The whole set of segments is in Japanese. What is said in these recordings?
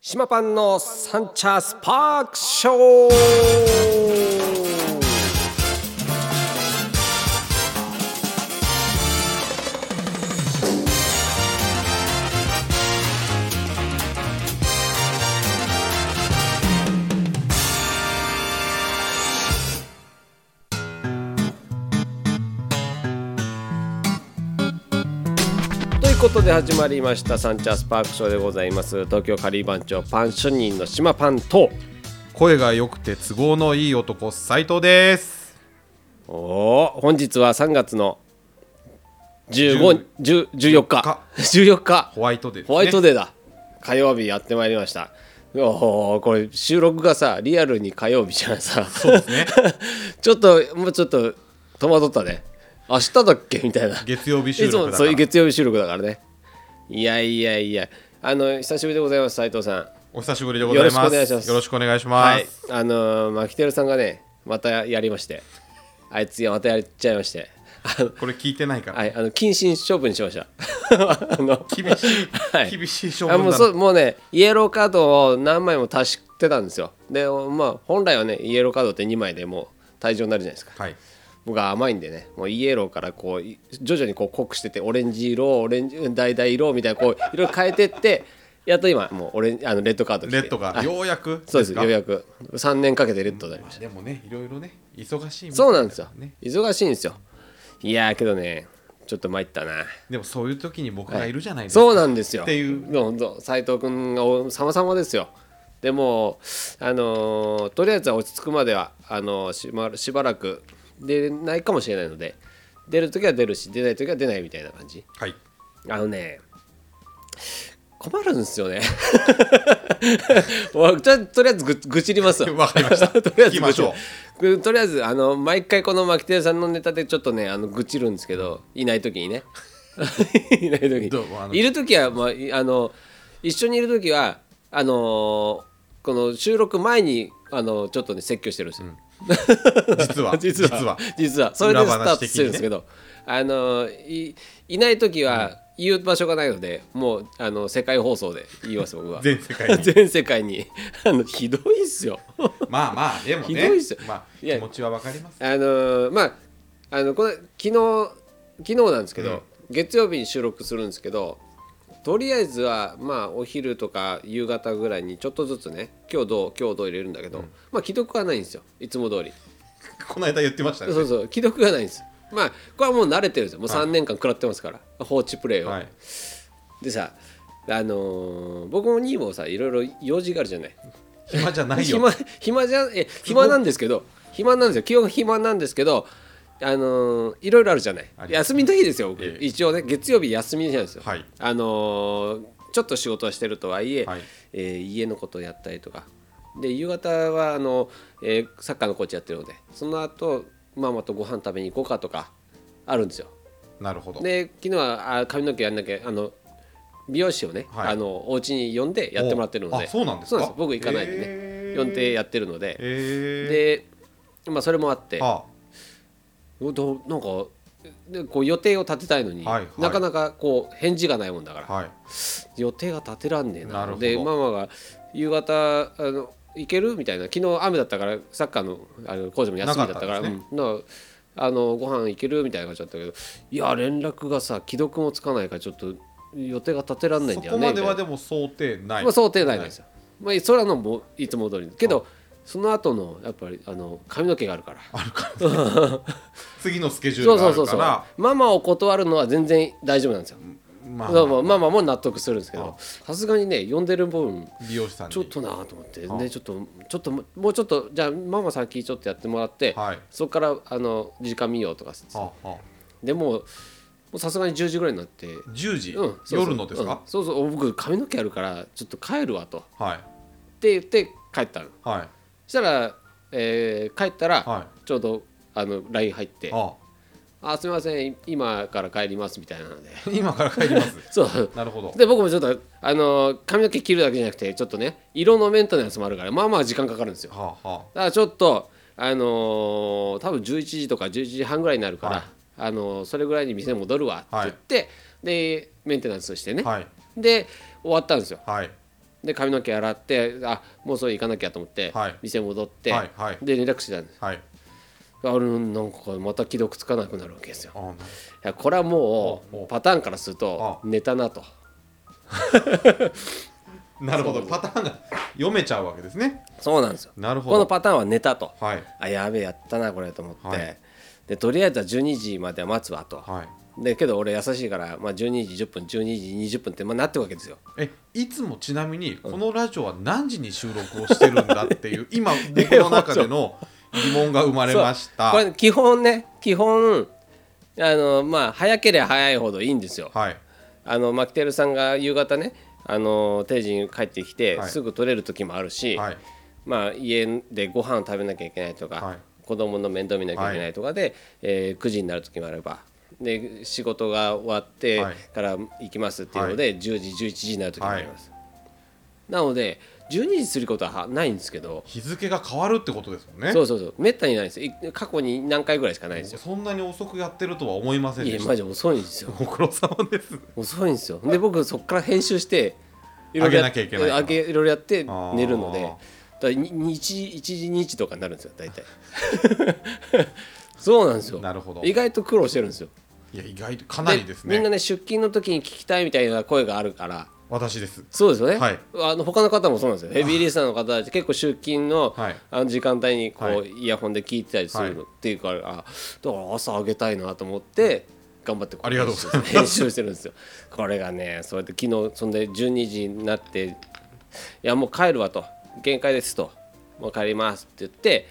島パンのサンチャースパークショーということで始まりましたサンチャースパークショーでございます東京カリー番長パン主任の島パンと声が良くて都合のいい男斉藤ですおー本日は3月の15 10 14日か14日ホワイトデーです、ね、ホワイトデーだ火曜日やってまいりましたおーこれ収録がさリアルに火曜日じゃんさそうですね ちょっともうちょっと戸惑ったね明日だっけみたいな月曜日収録だからいつもそういう月曜日収録だからねいやいやいやあの久しぶりでございます斉藤さんお久しぶりでございますよよろろししくお願いします、あのー、マキテルさんがねまたやりましてあいつまたやっちゃいましてあのこれ聞いてないから、はいあの謹慎処分にしました あの厳しい、はい厳しい勝あも負うだそうなもうねイエローカードを何枚も足してたんですよでまあ本来はねイエローカードって2枚でもう退場になるじゃないですかはい僕は甘いんでねもうイエローからこうい徐々にこう濃くしてってオレンジ色オレンジ橙色みたいなこういろいろ変えてってやっと今もうオレンあのレッドカード来てレッドがようやくそうですかようやく3年かけてレッドになりましたでもねいろいろね忙しいみたいそうなんですよね。忙しいんですよ。いやーけどね、ちょっと参ったな。でもそういう時に僕がいるじゃないですか、そうなんですよ。っていう本当斉藤君がお様々ですよ。でもあのーとりあえずは落ち着くまではあのーしばしばらく出れないかもしれないので、出る時は出るし出ない時は出ないみたいな感じ。はいあのね困るんですよね。 わじゃあとりあえずぐ愚痴りますわ。 わかりました とりあえず聞きましょぐとりあえずあの毎回この牧テさんのネタでちょっとねあの愚痴るんですけどいない時に ねいない時にどうもあのいる時は、まあ、いあの一緒にいる時はあのーこの収録前にあのちょっとね説教してるんですよ、う実は 実は実は実はそれでスタ裏ー話トし的てるんにねですけど、あのいいない時は言う場所がないので、もうあの世界放送で言います僕は 全世界に 全世界にあのひどいっすよまあまあでもねひどいっすよまあいや気持ちはわかりますあのまああのこれ昨日昨日なんですけど、うん月曜日に収録するんですけどとりあえずはまあお昼とか夕方ぐらいにちょっとずつね今日どう今日どう入れるんだけど、まあ既読はないんですよいつも通りこの間言ってましたねそうそう既読がないんですまあこれはもう慣れてるんですよもう3年間食らってますから、放置プレイを、はいでさあのー僕にもさいろいろ用事があるじゃない暇じゃないよ暇暇じゃえ暇なんですけど暇なんですよ基本暇なんですけどあのーいろいろあるじゃないあります休みの日ですよ僕、ええ一応ね月曜日休みの日なんですよ、はいあのーちょっと仕事はしてるとはいえ、はいえー家のことをやったりとかで夕方はあの、えーサッカーのコーチやってるのでその後ママとご飯食べに行こうかとかあるんですよなるほどで昨日はあ髪の毛やんなきゃあの美容師をね、はいあのお家に呼んでやってもらってるのでおあそうなんですか僕行かないでね、へー呼んでやってるので、えで、まあ、それもあってー、あおどうなんかでこう予定を立てたいのに、はいはいなかなかこう返事がないもんだから、はい予定が立てらんねえななるほどでママが夕方あの行けるみたいな昨日雨だったからサッカーのあの工場も休みだったからなかったんですうんだからあのご飯行けるみたいな感じだったけどいや連絡がさ既読もつかないからちょっと予定が立てらんないんだそよこねまではみたいでも想定な、ないまあ、想定内なんですよ、まあ、それはのもういつも通りけどその後のやっぱりあの髪の毛があるから次のスケジューそうルがそあうそるうかそうらママを断るのは全然大丈夫なんですよ、まどうあもママも納得するんですけどさすがにね呼んでる分美容師さんにちょっとなと思ってでちょっとちょっともうちょっとじゃあママ先ちょっとやってもらって、はいそこからあの時間見ようとかっつってああでもうもうさすがに10時ぐらいになって、うん10時、そうそう夜のですかうん、そうそう僕髪の毛あるからちょっと帰るわとっはいて言って帰ったのはいそしたら、えー帰ったら、はちょうどあの LINE 入ってあ「あすみません今から帰ります」みたいなので 今から帰りますそうなるほどで僕もちょっとあの髪の毛切るだけじゃなくてちょっとね色のメンテナンスもあるからまあまあ時間かかるんですよだはあはからちょっとあのー多分11時とか11時半ぐらいになるから、はいあのーそれぐらいに店戻るわって言って、でメンテナンスしてね、あはいで終わったんですよはいで髪の毛洗ってあもうそれ行かなきゃと思って、はい店戻って、はいはいで連絡してたんですはいあれなんかこれまた既読つかなくなるわけですよあーいやこれはもおうおううパターンからするとあ寝たなとななるほどパターンが読めちゃうわけですねそうなんですよなるほこのどパターンは寝たとはいあやべえやったなこれと思って、はいでとりあえずは12時までは待つわと、はいでけど俺優しいから、まあ、12時10分12時20分って、まあ、なってるわけですよえいつもちなみにこのラジオは何時に収録をしてるんだっていう今僕の中での疑問が生まれまし たこはいれ基本ね基本あのまあ早ければ早いほどいいんですよあのマキテルさんが夕方ねあの定時に帰ってきて、はいすぐ取れる時もあるし、はいまあ、家でご飯を食べなきゃいけないとか、はい子供の面倒見なきゃいけないとかで、えー9時になる時もあればで仕事が終わってはいから行きますっていうので、10時11時になる時もあります、なので12時することはないんですけど日付が変わるってことですもんねそうそうそうめったにないんですよい過去に何回ぐらいしかないんですよそんなに遅くやってるとは思いませんいでやしマたジ遅いんですよご苦労様です遅いんですよで僕そこから編集して上げなやきゃいけないから上げいろいろやってあー寝るのでだから1時2時とかになるんですよ 大体そうなんですよなるほど意外と苦労してるんですよいや意外とかなりですみんなねね出勤の時に聞きたいみたいな声があるから私ですそうですよね、はいあの他の方もそうなんですよヘビーリスナーの方たち結構出勤の,、はいあの時間帯にこう、はイヤホンで聞いてたりするの、っていうからあだから朝上げたいなと思って頑張ってこありがとうございます編集してるんですよこれがねそうやって昨日そんで12時になっていやもう帰るわと限界ですともう帰りますって言って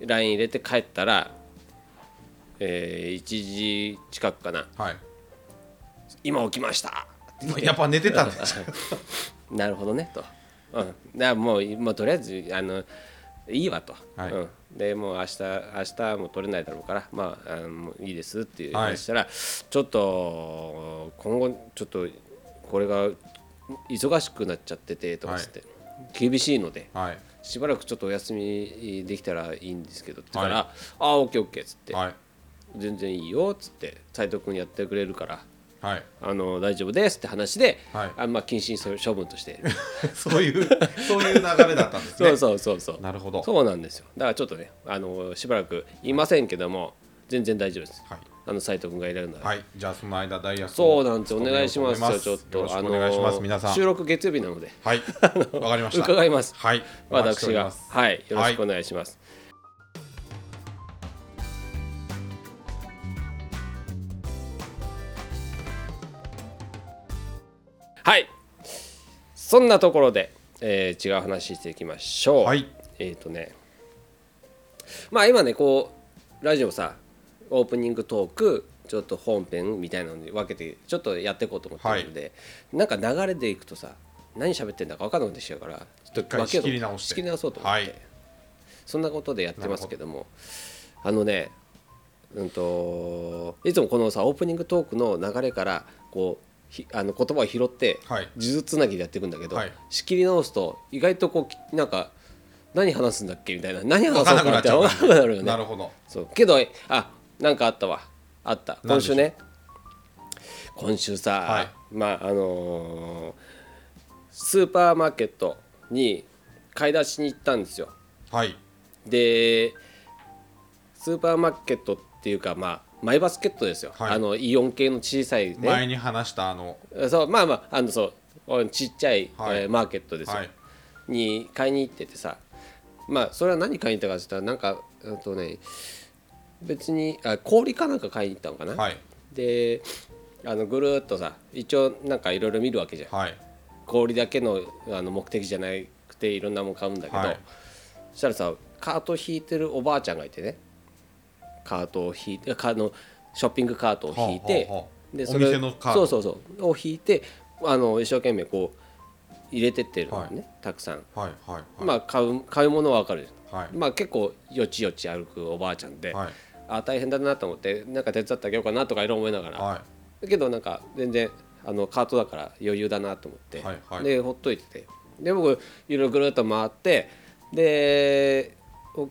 LINE 入れて帰ったら、えー1時近くかなはい今起きましたって来てやっぱ寝て たんですなるほどねと、うん、だからもうもうとりあえずあのいいわと、はいうん、でもう明日明日も取れないだろうからまああのもういいですっていうはい話したら、ちょっと今後ちょっとこれが忙しくなっちゃっててとかつって、厳しいのではいしばらくちょっとお休みできたらいいんですけどって言ったら「はいああオッケーオッケー」っつって、はい全然いいよ」っつって斎藤君やってくれるから。はい あの大丈夫ですって話で、はいあんまあ謹慎処分としてそういうそういう流れだったんですそねうそうそうそう。なるほどそうなんですよ。だからちょっとね、あのしばらくいませんけども、全然大丈夫です。はいあの斉藤君がいられるので。はいじゃあその間ダイヤそうなんですよ。お願いしますよ。ちょっとよろしあくのお願いします皆さん収録月曜日なのではい、わかりまし た。伺いますはい、お待ちし私ておりがますはいよろしくお願いします。はい。そんなところで、えー違う話していきましょう。はい、えっ、とねまあ今ねこうラジオさオープニングトークちょっと本編みたいなのに分けてちょっとやっていこうと思ってるので、なんか流れでいくとさ何喋ってんだか分かんなくなってきちゃうからちょっと分けようと一回仕切り直して仕切り直そうと思って、はいそんなことでやってますけどもあのねうんといつもこのさオープニングトークの流れからこうひあの言葉を拾ってはい数珠つなぎでやっていくんだけど、はい仕切り直すと意外とこうきなんか何話すんだっけみたいな何話 そうわかんかなくなみったいちゃなう分かんなくなるよねなるほど。そうけどあなんかあったわあった今何でし週ょうね今週さ、はいまああのースーパーマーケットに買い出しに行ったんですよはい、でスーパーマーケットっていうかまあマイバスケットですよ、はいあのイオン系の小さいね前に話したあの、そうまあまああのそうちっちゃい、はいえーマーケットですよ、はい、に買いに行っててさまあそれは何買いに行ったかって言ったらなんかうんとね別にあ氷かなんか買いに行ったのかな、はい、であのぐるーっとさ一応なんかいろいろ見るわけじゃんはい、氷だけのあの目的じゃなくていろんなもん買うんだけど、はいそしたらさカート引いてるおばあちゃんがいてねカートを引いてカーのショッピングカートを引いて、はあはあはあでお店のカーそうドそうそうを引いてあの一生懸命こう入れてってるのね、たくさん、はい、はい、はい、まあ買う買うものは分かるじゃん、はいまあ結構よちよち歩くおばあちゃんで、はい、あ大変だなと思ってなんか手伝ってあげようかなとかいろいろ思いながら、はだけどなんか全然あのカートだから余裕だなと思って、はいはいでほっといててで僕いろいろぐるっと回ってでお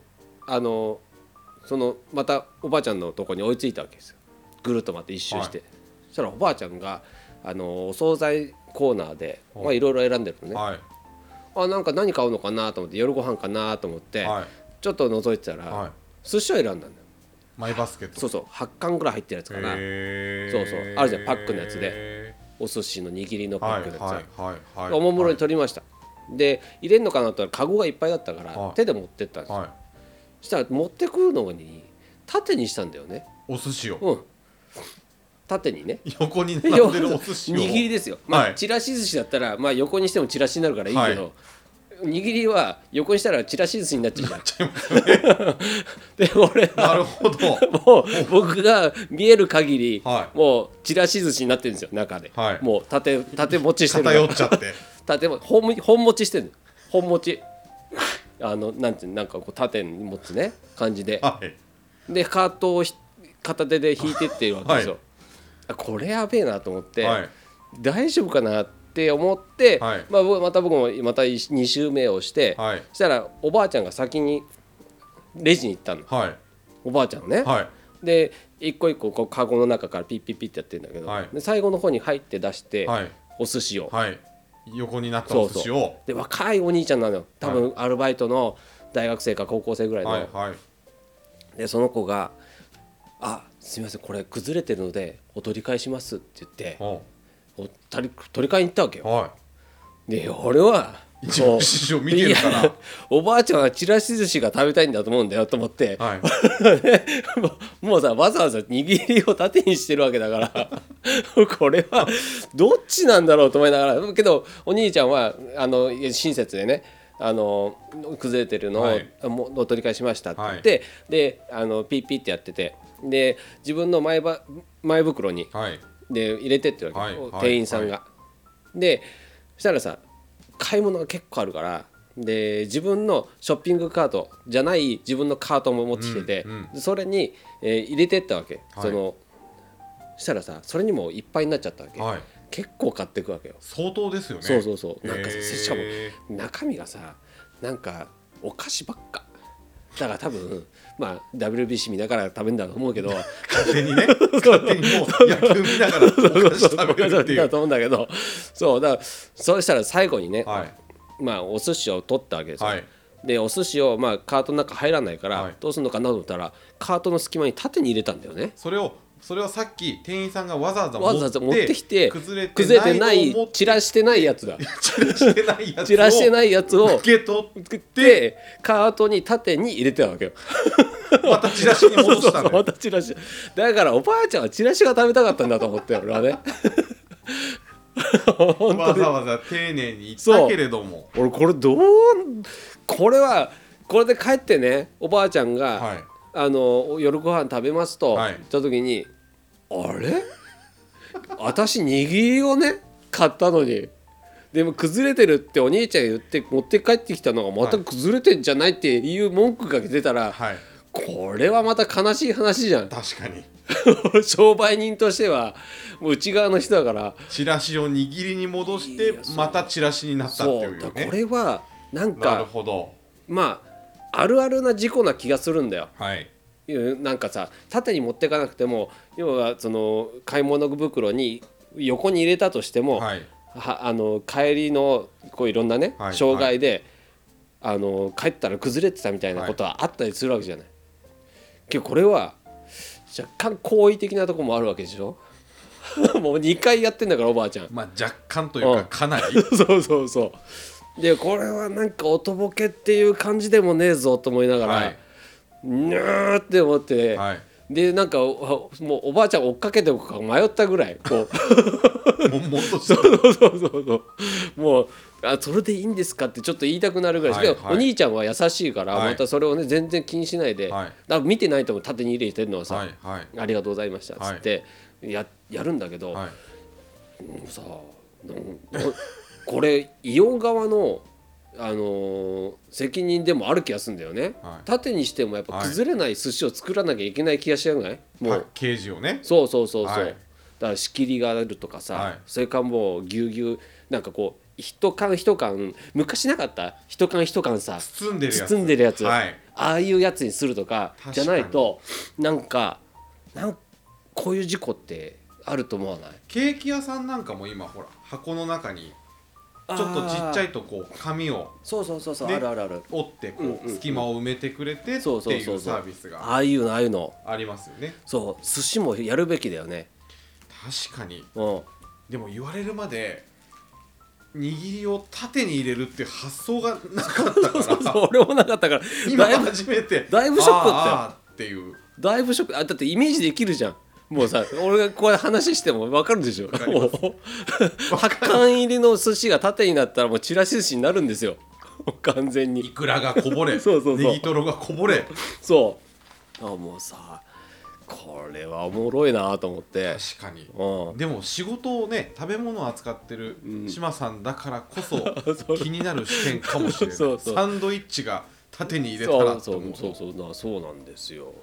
あのそのまたおばあちゃんのとこに追いついたわけですよぐるっと回って一周して、はそしたらおばあちゃんがあのお惣菜コーナーでまあいろいろ選んでるのい、ね、はい、あなんか何買うのかなと思って夜ご飯かなと思って、はいちょっと覗いてたら、はい寿司を選んだんだよマイバスケットそうそう8貫ぐらい入ってるやつかなへーそうそうあるじゃんパックのやつお寿司の握りのパはッいクのやつ、はいはいはいおもむろにと取りました、で入れんのかなと思ったらカゴがいっぱいだったから、はい手で持ってったんですよ、はいそしたら持ってくるのに縦にしたんだよねお寿司をうん縦にね横に並んでるお寿司を握りですよまあ、はいちらし寿司だったら、まあ、横にしてもちらしになるからいいけど、握りは横にしたらちらし寿司になっちゃうじゃん。 で俺なは るほどもう僕が見える限り、はいもうちらし寿司になってるんですよ中で、はいもう縦縦持ちしてるから偏っちゃって縦も本持ち本持ちしてるの本持ちあのなんていうのなんかこう縦に持つね感じではいでカートをひ片手で引いてってるわけですよ、あこれやべえなと思って、はい大丈夫かなって思って、はいまあ、僕また僕もまた2周目をして、はいそしたらおばあちゃんが先にレジに行ったのはいおばあちゃんね、はいで一個一個こうカゴの中からピッピッピッってやってるんだけど、はいで最後の方に入って出して、はいお寿司を、はい横になったそおう寿司そうをで若いお兄ちゃんなのよ多分アルバイトの大学生か高校生ぐらいの、はいはいでその子が「あすみませんこれ崩れてるのでお取り返します」って言っておお取り取り替えに行ったわけよ。はで俺は一応もう師匠見てるからいやおばあちゃんはちらし寿司が食べたいんだと思うんだよと思って、いはいもう もうさわざわざ握りを縦にしてるわけだから これはどっちなんだろうと思いながらけどお兄ちゃんはあの親切でねあの崩れてるのを、はいもうお取り返しましたって言って、であのピッピッってやっててで自分の前ば前袋にはいで入れてってわけ、はいはい店員さんが。でそしたらさ買い物が結構あるからで自分のショッピングカートじゃない自分のカートも持ってきてて、うんうんでそれに、えー入れてったわけ、はいそのそしたらさそれにもいっぱいになっちゃったわけ、はい結構買っていくわけよ、相当ですよねそうそうそうなんかへーしかも中身がさなんかお菓子ばっかだから多分まあ WBC 見ながら食べるんだと思うけど勝手 にね勝手にもう野球見ながらお菓子 食 べるっていだうと思うんだけどそうだからそうしたら最後にね、はいまあお寿司を取ったわけですよ、はいでお寿司をまあカートの中入らないから、はいどうするのかなと思ったらカートの隙間に縦に入れたんだよねそれをそれをさっき店員さんがわざわざわざわざ持ってきて崩れて崩れてないのを持って散らしてないやつだ散らしてないやつを散らしてないやつを受け取っ作ってカートに縦に入れてたわけよまたチラシに戻した そうそうそうのまよたチラシだからおばあちゃんはチラシが食べたかったんだと思って俺はね本当わにざわざ丁寧に言ったけれども俺これどうこれはこれで帰ってねおばあちゃんが、はいあの夜ご飯食べますと、はい言った時にあれ私握りをね買ったのにでも崩れてるってお兄ちゃんが言って持って帰ってきたのがまたはい崩れてんじゃないっていう文句が出たら、はいこれはまた悲しい話じゃ ん確かに商売人としてはもう内側の人だからチラシを握りに戻してまたチラシになったってそういだうからこねれはなんなるかほどまああるあるな事故な気がするんだよはいいうなんかさ縦に持っていかなくても要はその買い物袋に横に入れたとしても、はいはあの帰りのこういろんなね、はい障害で、あの帰ったら崩れてたみたいなことはあったりするわけじゃない。けどこれは若干好意的なとこもあるわけでしょ もう2回やってんだからおばあちゃん。 まあ若干といううかんかなりそうそうそうでこれはなんかおとぼけっていう感じでもねえぞと思いながら、はいにゃーって思って、はいでなんかおもうおばあちゃん追っかけておくか迷ったぐらいこうもんもんとしそたうそうそうそうもうあそれでいいんですかってちょっと言いたくなるぐらいですけど、はいはいお兄ちゃんは優しいから、はいまたそれをね全然気にしないで、はいだから見てないとも縦に入れてるのはさ、はいはいありがとうございました」っつってや,、やるんだけど、はいもうさなんここれイオン側の、あのー責任でもある気がするんだよね、はい縦にしてもやっぱ崩れない寿司を作らなきゃいけない気がしちゃうないパもッうケージをねそうそうそうそう、はいだから仕切りがあるとかさ、はいそれからもうぎゅうぎゅうなんかこう一缶一缶昔なかった一缶一缶さ包んでるやつ包んでるやつ、はいああいうやつにするとか確かにじゃないとなんかなんこういう事故ってあると思わないケーキ屋さんなんかも今ほら箱の中にちょっとちっちゃいとこう紙をそうそうそうそう、ねあるあるある折ってうんこうんううん隙間を埋めてくれてってそうそういそううそサうービスがああいうのああいうのありますよねそう寿司もやるべきだよね確かにうんでも言われるまで握りを縦に入れるっていう発想がなかったからそう 俺もなかったから今だいぶ初めてだいぶショックだったよあーあーっていうだいぶショックあだってイメージできるじゃんもうさ俺がこうやって話しても分かるでしょかりますもう八貫入りの寿司が縦になったらもうちらし寿司になるんですよ完全いにくらがこぼれ そうそうそうネギトロがこぼれそうあもうさこれはおもろいなと思って確かにうんでも仕事をね食べ物を扱ってる志麻さんだからこそ そ気になる視点かもしれない そうそうサンドイッチが縦に入れたそらうそと思ううそうそうなそうなんですよ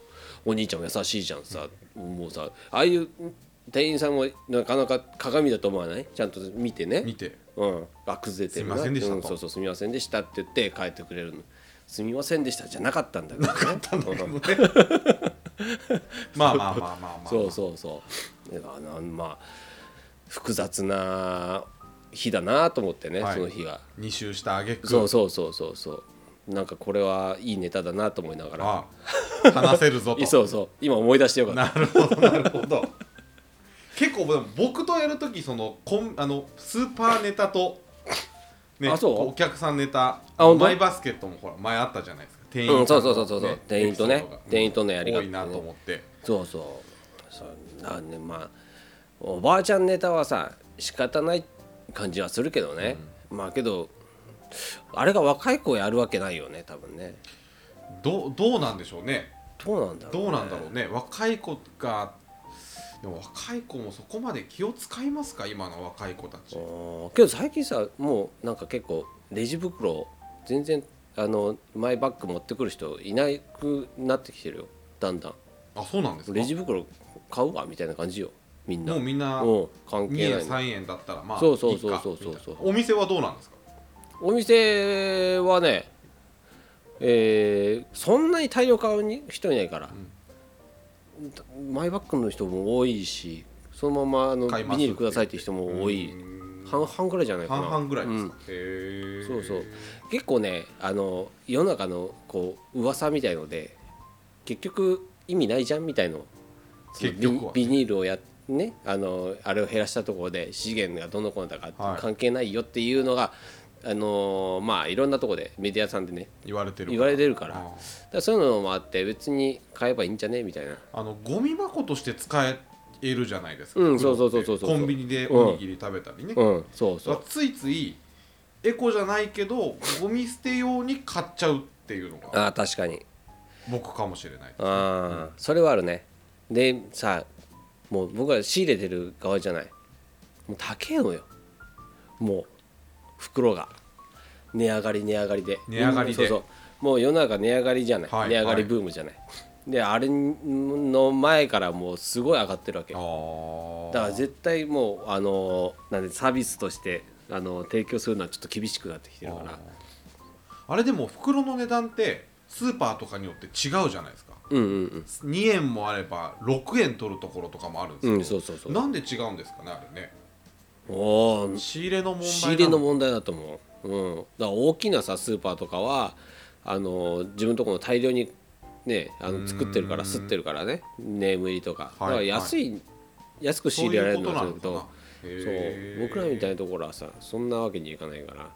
お兄ちゃんも優しいじゃんさ、もうさああいう店員さんもなかなか鏡だと思わないちゃんと見てね見てうん、あ崩れてるなすみませんでしたとうそうそうすみませんでしたって言って帰ってくれるのすみませんでしたじゃなかったんだよ、ね、なかったんだね まあまあまあまあまあそうそうそうだからなまあ複雑な日だなと思ってね、はいその日が二周した挙句そうそうそうそうそうなんかこれはいいネタだなと思いながらあ話せるぞ とそうそう今思い出してよかったなるほどなるほど結構でも僕とやるときそのこんあのスーパーネタと、ね、あそうこお客さんネタ本当マイバスケットもほら前あったじゃないですか店員うんさそんうそうそうそうそう店員とねエピソードが店員とのやり方多いなと思ってそうそうそうなんでまあおばあちゃんネタはさ仕方ない感じはするけどね、まあけどあれが若い子やるわけないよね多分ねどうどうなんでしょうねどうなんだろう、ね、どうなんだろうね若い子がでも若い子もそこまで気を使いますか今の若い子たあちーけど最近さもうなんか結構レジ袋全然あのマイバッグ持ってくる人いなくなってきてるよだんだんあそうなんですかレジ袋買うわみたいな感じよみんなもうみんなうん関2係な円いの3円だったらまあそうそういっかそうそうそうそうみたいなお店はどうなんですかお店はね、えーそんなに大量買うに人いないから、マイバッグの人も多いしそのままあの買いますビニールくださいって人も多い半々ぐらいじゃないか半な々ぐらいですうんか、へえそうそう結構ねあの世の中のこう噂みたいので結局意味ないじゃんみたいのその結局はビビニールをやねあのあれを減らしたところで資源がどのこのだかはい関係ないよっていうのが、あのまあいろんなところでメディアさんでね言われてる言われてるからあーだからそういうのもあって別に買えばいいんじゃねみたいなあのゴミ箱として使えるじゃないですか、うんそうそうそうそうそうコンビニでおにぎり食べたりね、うんそうそうついついエコじゃないけどゴミ捨て用に買っちゃうっていうのがああ確かに僕かもしれないああそれはあるねでさもう僕は仕入れてる側じゃないもう高えのよもう袋が値上がり値上がりで値上がりでうんそうそうもう世の中値上がりじゃない、はい値上がりブームじゃない、であれの前からもうすごい上がってるわけあだーから絶対もうあのなんでサービスとしてあの提供するのはちょっと厳しくなってきてるからあれでも袋の値段ってスーパーとかによって違うじゃないですかうんうんうん2円もあれば6円取るところとかもあるんですけど、うんそうそうそうなんで違うんですかねあれねおお仕入れの問題な仕入れの問題だと思う、うん、だから大きなさスーパーとかはあの自分のところの大量にねあの作ってるから吸ってるからねネーム入りとかだはいから安い、安く仕入れられるのはそうそいううだけことなのどかそうへー僕らみたいなところはさそんなわけにいかないからだか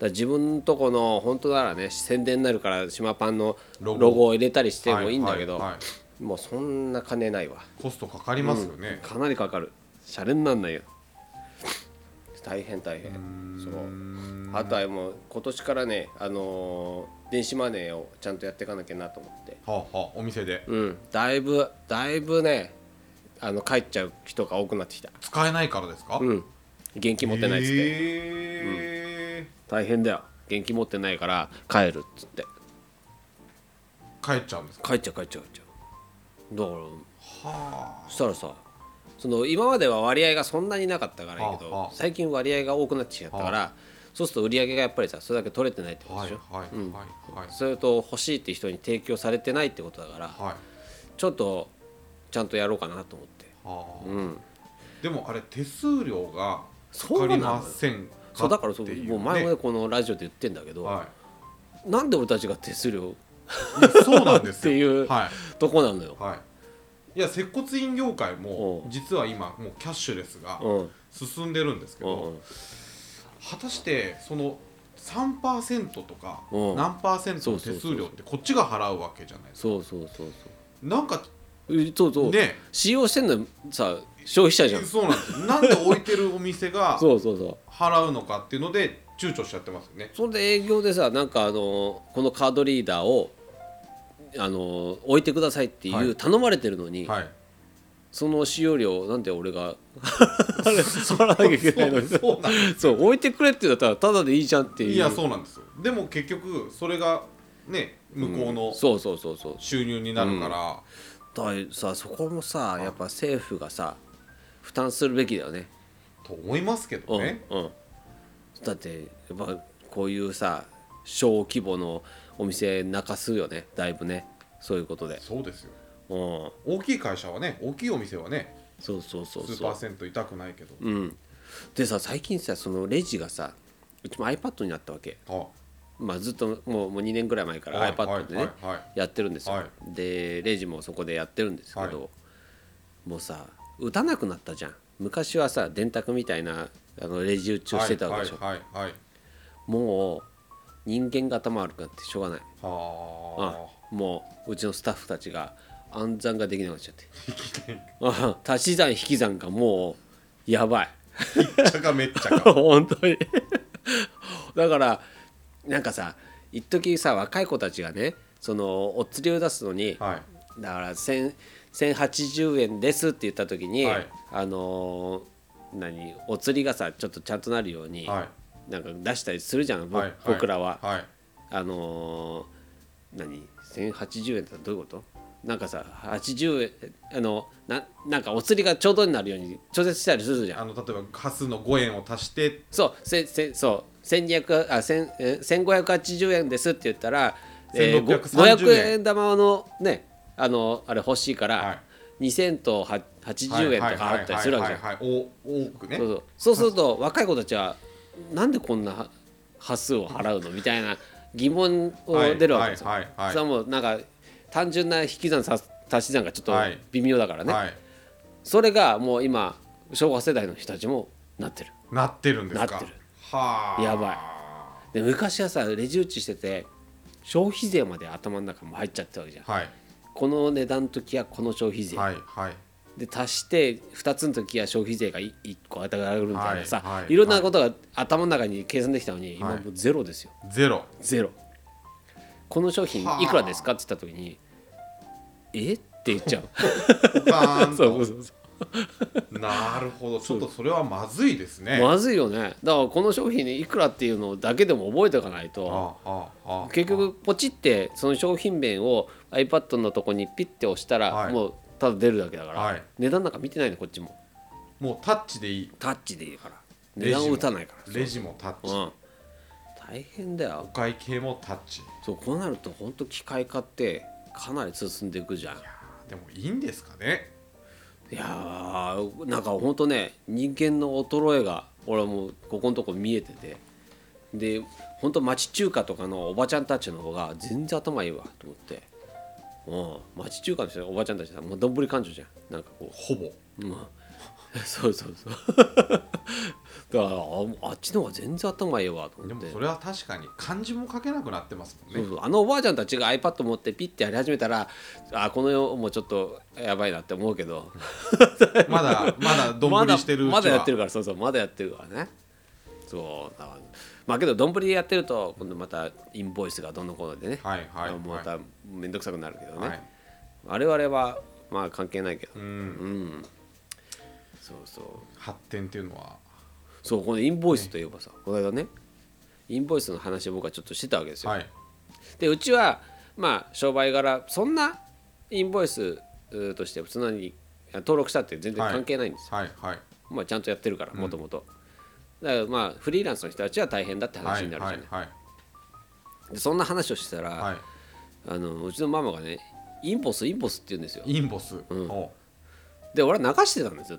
ら自分のとこの本当ならね宣伝になるから島パンのロロゴゴを入れたりしてもいいんだけど、はははもうそんな金ないわいコストかかりますよね、かなりかかるシャレになんないよ大変大変そうあとはもう今年からねあのー電子マネーをちゃんとやっていかなきゃなと思ってはあはあお店でうんだいぶだいぶねあの帰っちゃう人が多くなってきた使えないからですか、うん現金持ってないっつってへ大変だよ現金持ってないから帰るっつってー帰っちゃうんですか帰っちゃう帰っちゃう帰っちゃうだからはそしたらさその今までは割合がそんなになかったからいいけど、はあはあ最近割合が多くなってきちゃったから、そうすると売り上げがやっぱりさそれだけ取れてないってあことはでいしょ、はいはいはい、それと欲しいって人に提供されてないってことだから、はいちょっとちゃんとやろうかなと思ってはあうんでもあれ手数料がそうかなかのりませんそうだからっそてう、いうねもう前もねこのラジオで言ってんだけど、はなんで俺たちが手数料い、いやそうなんです っよていうはどこなのよい、はい、いや接骨院業界もうん実は今もうキャッシュレスがうんうん進んでるんですけど、うん果たしてその3%とかうん何パーセントそのうそう手そう数料ってこっちが払うわけじゃないですかそうそうそうなんかそうえそうそう、ね使用してんのさ消費者じゃんそうなんです よなんで置いてるお店がそうそうそう払うのかっていうので躊躇しちゃってますよねそれで営業でさなんかあのこのカードリーダーをあの置いてくださいっていう、はい頼まれてるのに、はいその使用料なんで俺 が払わなきゃいけないのにそうそうな んですそう置いてくれって言ったらただでいいじゃんっていういやそうなんですよでも結局それがね向こうのそうそうそうそう収入になるから、だからさそこもさやっぱ政府がさ負担するべきだよねと思いますけどうん、ね、うん、だってやっぱこういうさ小規模のお店泣かすよねだいぶねそういうことでそうですようん大きい会社はね大きいお店はねそうそうそう数そパうーセント痛くないけど、うんでさ最近さそのレジがさうちも iPad になったわけあまあずっともうもう2年ぐらい前かはらい iPad でねはいはいはやってるんですよ、はでレジもそこでやってるんですけど、はもうさ打たなくなったじゃん昔はさ電卓みたいなあのレジ打ちをしてたわけでしょ、はいはいはいはいもう人間が頭悪くなってしょうがないはうんもううちのスタッフたちが暗算ができなくなっちゃって うん足し算引き算がもうやばいあめっちゃかめっちゃ か本当にだからなんかさ一時さ若い子たちがねそのお釣りを出すのに、はいだから1000 1080円ですって言った時に、はいあのー何お釣りがさちょっとちゃんとなるように、はなんか出したりするじゃん、いぼはい僕らは、はいあのー何1080円ってどういうことなんかさ80円あのななんかお釣りがちょうどになるように調節したりするじゃんあの例えば端数の5円を足してそうせせそう1200あ千え1580円ですって言ったら、えー、ご1630 500円玉のねあのあれ欲しいから、は2000とは80円とかあったりするわけじゃんはいはいはいはいはいお多くねそうそうそうすると若い子たちはなんでこんな端数を払うのみたいな疑問を出るわけですよ。はいはいはいはいそれはもうなんか単純な引き算さ足し算がちょっとはい微妙だからね、はいそれがもう今昭和世代の人たちもなってる。なってるんですかなってるはあやばいで昔はさレジ打ちしてて消費税まで頭の中も入っちゃってたわけじゃんはいこの値段の時はこの消費税、はいはいで足して2つの時は消費税がい1個与えられるみたいなさ、はいいはいろんなことが頭の中に計算できたのに、今もうゼロですよゼロゼロこの商品はあいくらですかって言った時にえって言っちゃ うバー ンそうそうそとうそうなるほどちょっとそれはまずいですねまずいよねだからこの商品にいくらっていうのだけでも覚えておかないとああああ結局ポチってその商品名を iPad のとこにピッて押したら、はいもうただ出るだけだから、はい値段なんか見てないのこっちももうタッチでいいタッチでいいからレ値ジも段を打たないからレジもタッうチん大変だおよ会計もタッチいそうこうなると本当機械化ってかなり進んでいくじゃんやーでもいいんですかねいやーなんか本当ね人間の衰えが俺はもうここのとこ見えててで本当町中華とかのおばちゃんたちの方が全然頭いいわと思って、うん、町中華の人のおばちゃんたちはもうどんぶり勘定じゃんなんかこほぼう、うん、 そうそうそう だからああっちの方が全然頭いいわとで思っもてそれは確かに漢字も書けなくなってますもんねそうそうあのおばあちゃんたちが iPad 持ってピッてやり始めたらあこの世もちょっとやばいなって思うけど。まだ まだどんぶりしてるうちはまだまだやってるからそうそうまだやってるからねそうだからまあけどどんぶりでやってると今度またインボイスがどんどんこうのでね、はいはいはいまた面倒くさくなるけどね、はい我々はまあ関係ないけどううん、んそうそう発展っていうのはそうこのインボイスといえばさ、この間ねインボイスの話を僕はちょっとしてたわけですよ、はいでうちはまあ商売柄そんなインボイスうーとして普通に登録したって全然関係ないんですよはいはいまあ、ちゃんとやってるからもともとだからまあフリーランスの人たちは大変だっては話いになるじゃな、はいいはいでそんな話をしてたら、はあのうちのママがねインボスインボスって言うんですよいインボスお で俺は流してたんですよ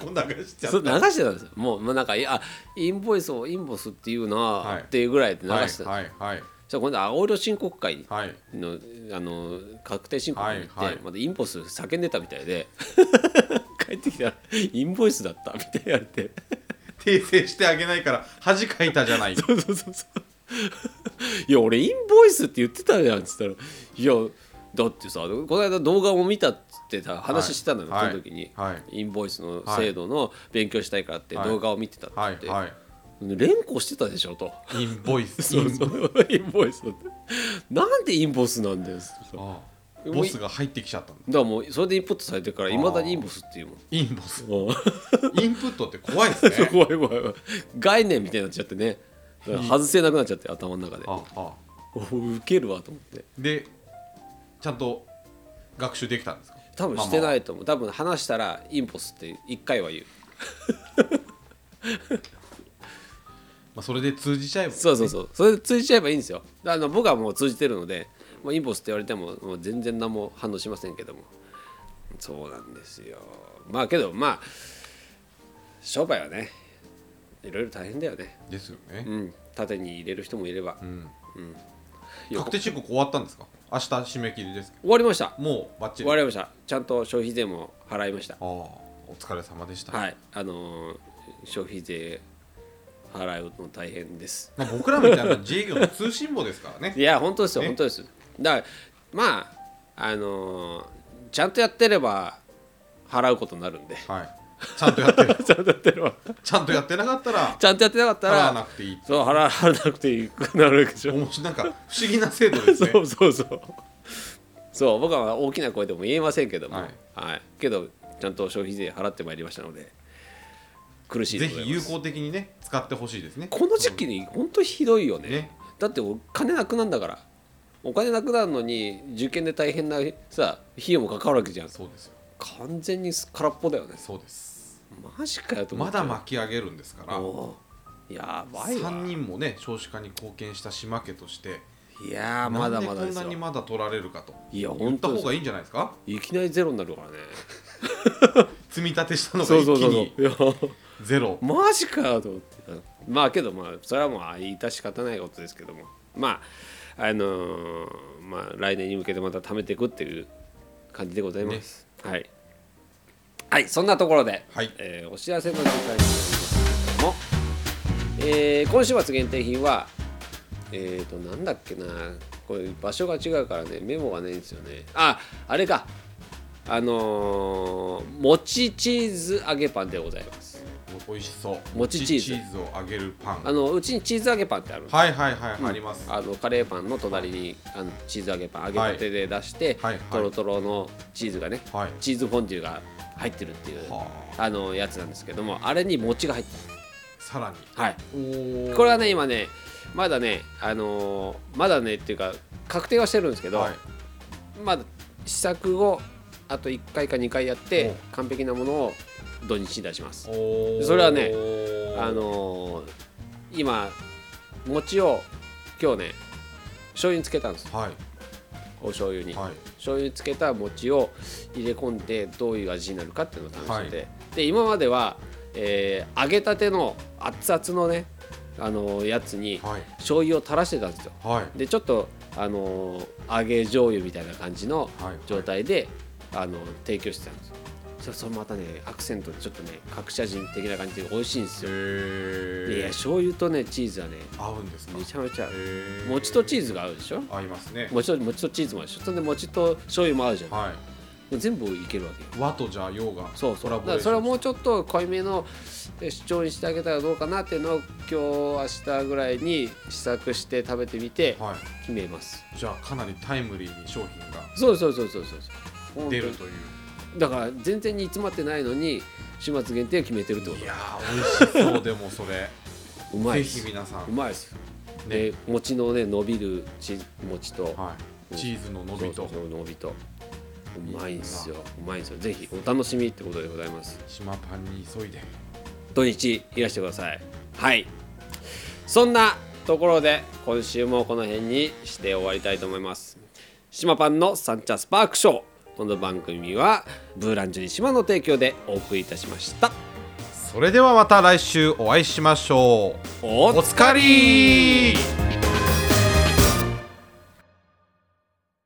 そこ流しちゃそっう流たしてたんですよもうもうなんかいやあインボイスをインボスっていうなはいっていうぐらいで流してたんです、はいはいじゃあ今度青色申告会はいのあの確定申告に行って、はいはいまたインボス叫んでたみたいで 帰ってきたらインボイスだったみたいに言われて訂正してあげないから恥かいたじゃないそうそうそうそう いや俺インボイスって言ってたじゃんっつったらいやだってさこの間動画も見たっつってた話してたのよ、はいその時に、はいインボイスの制度の勉強したいからってはい動画を見てたって言はって、いはい連呼してたでしょ と。インボイスそうそう インボイスだってなんでインボスなんだよってさだかああボスが入ってきちゃったんだらもうそれでインプットされてるからいまだにインボスっていうもんインボス うんインプットって怖いですね怖い怖い怖い概念みたいになっちゃってねだから外せなくなっちゃって頭の中でああ受けるわと思ってでちゃんと学習できたんですか多分してないいと思う多分話したらインボスって一回は言うまあ、それで通じちゃえばそうそうそうそれで通じちゃえばいいんですよあの僕はもう通じてるのでもうインボスって言われてももう全然何も反応しませんけどもそうなんですよまあけどまあ商売はねいろいろ大変だよねですよねう、ん縦に入れる人もいれば、確定申告終わったんですか明日締め切りですけ終わりましたどもうバッチ終リわありましたちゃんと消費税も払いましたあお疲れ様でした、はい、あのー消費税払うの大変です。まあ、僕らみたいな自営業の通信簿ですからねいや、本当ですよ、ね本当です。だから、まあ、あのーちゃんとやってれば払うことになるんで、はい ちゃんとやっ てるちゃんとやってれば、ちゃんとやってなかったらちゃんとやってなかった払わら、なくていいそう払わ払わなくていいくなるで しょ。面白いなんか不思議な制度ですね そうそうそう。そう、僕は大きな声でも言えませんけども、ははいい、けど、ちゃんと消費税払ってまいりましたので、苦しいでぜございひます有効的にね使ってほしいですねこの時期に本当ひどいよねねだってお金なくなんだからお金なくなるのに受験で大変なさ費用もかかるわけじゃんそうですよ完全に空っぽだよねそうですマジかよと思まっちゃだう巻き上げるんですからおうやばいわ3人もね少子化に貢献した島家としていやーなまんだでまこだでんすなよにまだ取られるかといや言っ本た当で方すよがいいんじゃないですかいきなりゼロになる からね積み立てしたのがそう一気そうそうそうにいやゼロマジかよと思ってまあけどまあそれはもう致し方ないことですけどもまああのーまあ来年に向けてまた貯めていくっていう感じでございます、はいはいそんなところで、はいえーお知らせの時間になりますけども、えー今週末限定品はえー、となんだっけなこれ場所が違うからねメモがないんですよねああれかあのー、餅チーズ揚げパンでございます美味しそう餅チーズ餅チーズを揚げるパンあのうちにチーズ揚げパンってあるんですよはいはいはい、ありますあのカレーパンの隣にあのチーズ揚げパン揚げたてで出して、はいはいとろとろのチーズがね、はいチーズフォンデュが入ってるっていう、はあのやつなんですけどもあれに餅が入ってさらにる、はい、おこれははね今ねまだねあのーまだねっていうか確定はしてるんですけど、はいまだ試作をあと1回か2回やって完璧なものを土日に出しますおーそれはねあのー今餅を今日ね醤油につけたんですはお醤油いに、はい醤油につけた餅を入れ込んでどういう味になるかっていうのを試してて、で今までは、えー揚げたての熱々のねあのーやつにはい醤油を垂らしてたんですよはいでちょっとあのー揚げ醤油みたいな感じのはい状態で、あのー提供してたんですよそそれまたねアクセントでちょっとね隠し味的な感じで美味しいんですよいやへえ醤油とねチーズはね合うんですかめちゃめちゃ合うへー餅とチーズが合うでしょ合いますね餅と餅とチーズも合うでしょそれで餅と醤油も合うじゃんもはう全部いけるわけよい和とじゃあ洋がそうそうコラだボかレーらションそれをもうちょっと濃いめのえ主張にしてあげたらどうかなっていうのを今日明日ぐらいに試作して食べてみては決めますいじゃあかなりタイムリーに商品がそうそうそうそうそうそう出るというだから全然煮詰まってないのに週末限定を決めてるってこいとやー美味しそうでもそれうまいでぜひす皆さうんまいです、で餅のね伸びるち餅と、はいチーズの伸びそうとそう伸びとうまいんですようまいんですよぜひお楽しみってことでございます島パンに急いで土日いらしてくださいはいそんなところで今週もこの辺にして終わりたいと思います島パンのサンチャスパークショーこの番組はブーランジュリ島の提供でお送りいたしましたそれではまた来週お会いしましょうおおつかり